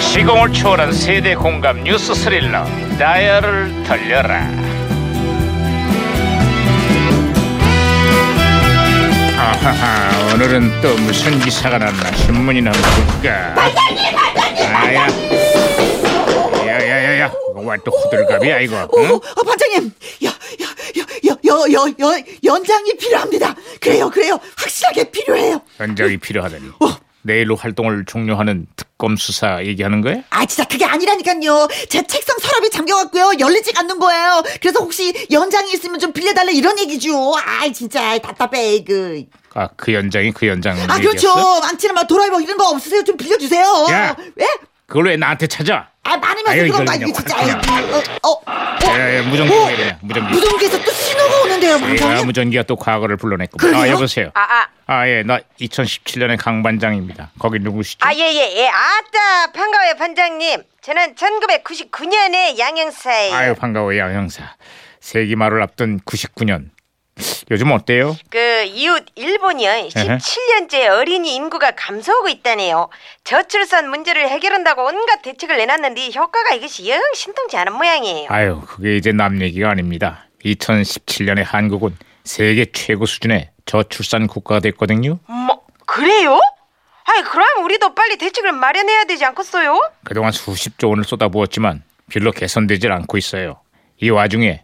시공을 초월한 세대 공감 뉴스 스릴러 다이얼을 돌려라 아하하 오늘은 또 무슨 기사가 났나 신문이나 볼까 반장님 반장님 야야야야 정말 또 호들갑이야 이거 오, 응? 어, 반장님, 여, 여, 여, 여, 여, 여, 여, 연장이 필요합니다. 그래요, 그래요. 확실하게 필요해요. 현장이 필요하다니 어. 내일로 활동을 종료하는 특검 수사 얘기하는 거야? 아, 진짜 그게 아니라니까요. 제 책상 서랍이 잠겨갖고요. 열리지 않는 거예요. 그래서 혹시 연장이 있으면 좀 빌려달라 이런 얘기죠. 아, 진짜 답답해, 이그. 아 그 연장이 그 연장 아, 얘기였어? 그렇죠. 망치는 막 도라이버 이런 거 없으세요? 좀 빌려주세요. 야. 예? 그걸 왜 나한테 찾아 아, 많으면 아유, 그런 거 이걸 그냥 아니고 진짜. 확 그냥. 어, 어, 어. 야, 야, 무전기 어. 왜 이래, 무전기. 무전기에서 또 신호가 오는데요, 야, 방장님. 무전기가 예, 또 과거를 불러냈고. 아, 그러게요? 여보세요. 아, 아. 아, 예. 나 2017년의 강 반장입니다. 거기 누구시죠? 아, 예, 예, 예. 아따, 반가워요, 반장님. 저는 1999년에 양형사예요. 아유, 반가워요, 형사. 세기 말을 앞둔 99년. 요즘 어때요? 그 이웃 일본이요. 17년째 어린이 인구가 감소하고 있다네요. 저출산 문제를 해결한다고 온갖 대책을 내놨는데 효과가 이것이 영 신통치 않은 모양이에요. 아유, 그게 이제 남 얘기가 아닙니다. 2017년에 한국은 세계 최고 수준의 저출산 국가가 됐거든요. 뭐, 그래요? 아이, 그럼 우리도 빨리 대책을 마련해야 되지 않겠어요? 그동안 수십조 원을 쏟아부었지만 별로 개선되질 않고 있어요. 이 와중에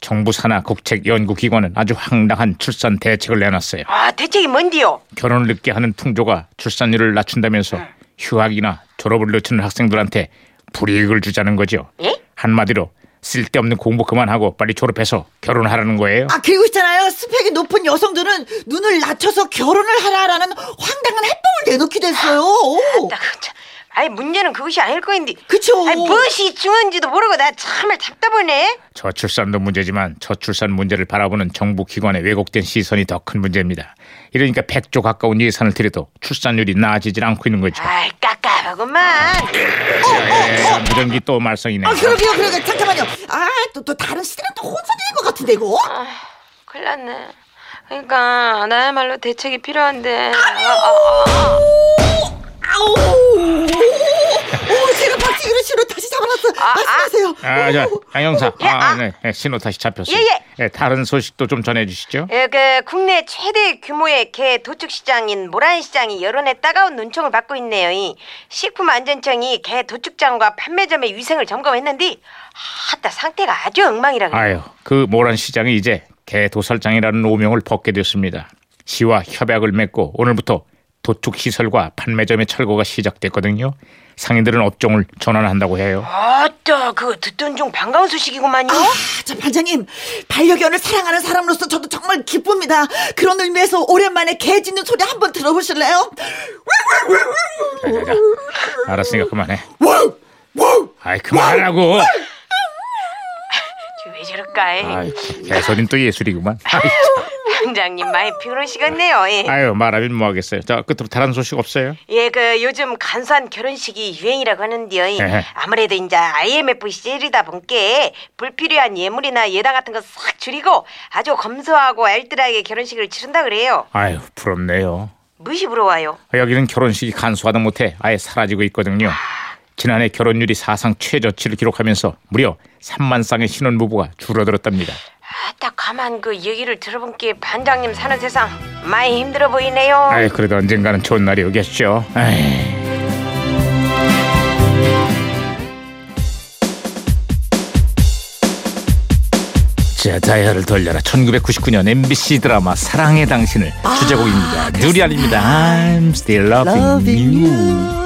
정부 산하 국책 연구기관은 아주 황당한 출산 대책을 내놨어요. 아, 대책이 뭔데요? 결혼을 늦게 하는 풍조가 출산율을 낮춘다면서 휴학이나 졸업을 늦추는 학생들한테 불이익을 주자는 거죠. 예? 한마디로 쓸데없는 공부 그만하고 빨리 졸업해서 결혼하라는 거예요. 아 그리고 있잖아요 스펙이 높은 여성들은 눈을 낮춰서 결혼을 하라라는 황당한 해법을 내놓기도 했어요 오. 나 그거 참- 아이, 문제는 그것이 아닐 거인데. 그쵸 아이, 무엇이 중요한지도 모르고 나 정말 답답하네. 저출산도 문제지만 저출산 문제를 바라보는 정부 기관의 왜곡된 시선이 더 큰 문제입니다. 이러니까 100조 가까운 예산을 들여도 출산율이 나아지질 않고 있는 거죠. 아이, 예. 깝깝하구만. 에, 무전기 또 말썽이네. 아 그러게요 그러게요 잠깐만요 아 또 또 다른 시대랑 또 혼선되는 것 같은데 이거 큰일 났네. 그러니까 나야말로 대책이 필요한데. 아우 오 제가 박치 이런 식으로 다시 잡아놨어 말씀하세요 아, 자, 양형사. 예, 아, 아. 네. 네, 신호 다시 잡혔어요. 예, 예, 다른 소식도 좀 전해 주시죠. 예, 그 국내 최대 규모의 개 도축 시장인 모란 시장이 여론의 따가운 눈총을 받고 있네요. 이 식품안전청이 개 도축장과 판매점의 위생을 점검했는데, 하따 상태가 아주 엉망이라 그래. 아유, 그 모란 시장이 이제 개도살장이라는 오명을 벗게 됐습니다. 시와 협약을 맺고 오늘부터 도축 시설과 판매점의 철거가 시작됐거든요. 상인들은 업종을 전환한다고 해요. 아따, 그거 듣던 중 반가운 소식이구만요. 아참 반장님 반려견을 사랑하는 사람으로서 저도 정말 기쁩니다 그런 의미에서 오랜만에 개 짖는 소리 한번 들어보실래요? 자, 자, 자. 알았으니까 그만해. 아이 그만하라고. 왜 저럴까? 이. 아이 개소린 또 예술이구만. 아이, 원장님 많이 피곤하시겠네요. 예. 아유 말하면 뭐하겠어요. 자 끝으로 다른 소식 없어요? 예, 그 요즘 간소한 결혼식이 유행이라고 하는데요. 예. 에헤. 아무래도 이제 IMF 시절이다 보니까 불필요한 예물이나 예당 같은 거 싹 줄이고 아주 검소하고 알뜰하게 결혼식을 치른다 그래요. 아유 부럽네요. 무시 부러워요. 여기는 결혼식이 간소하다 못해 아예 사라지고 있거든요. 지난해 결혼율이 사상 최저치를 기록하면서 무려 3만 쌍의 신혼부부가 줄어들었답니다. 아따 가만 그 얘기를 들어보니까 반장님 사는 세상 많이 힘들어 보이네요. 아이 그래도 언젠가는 좋은 날이 오겠죠. 아이. 자 다이얼을 돌려라 1999년 MBC 드라마 아, 사랑의 당신을 주제곡입니다. 누리알입니다. I'm still loving you. you.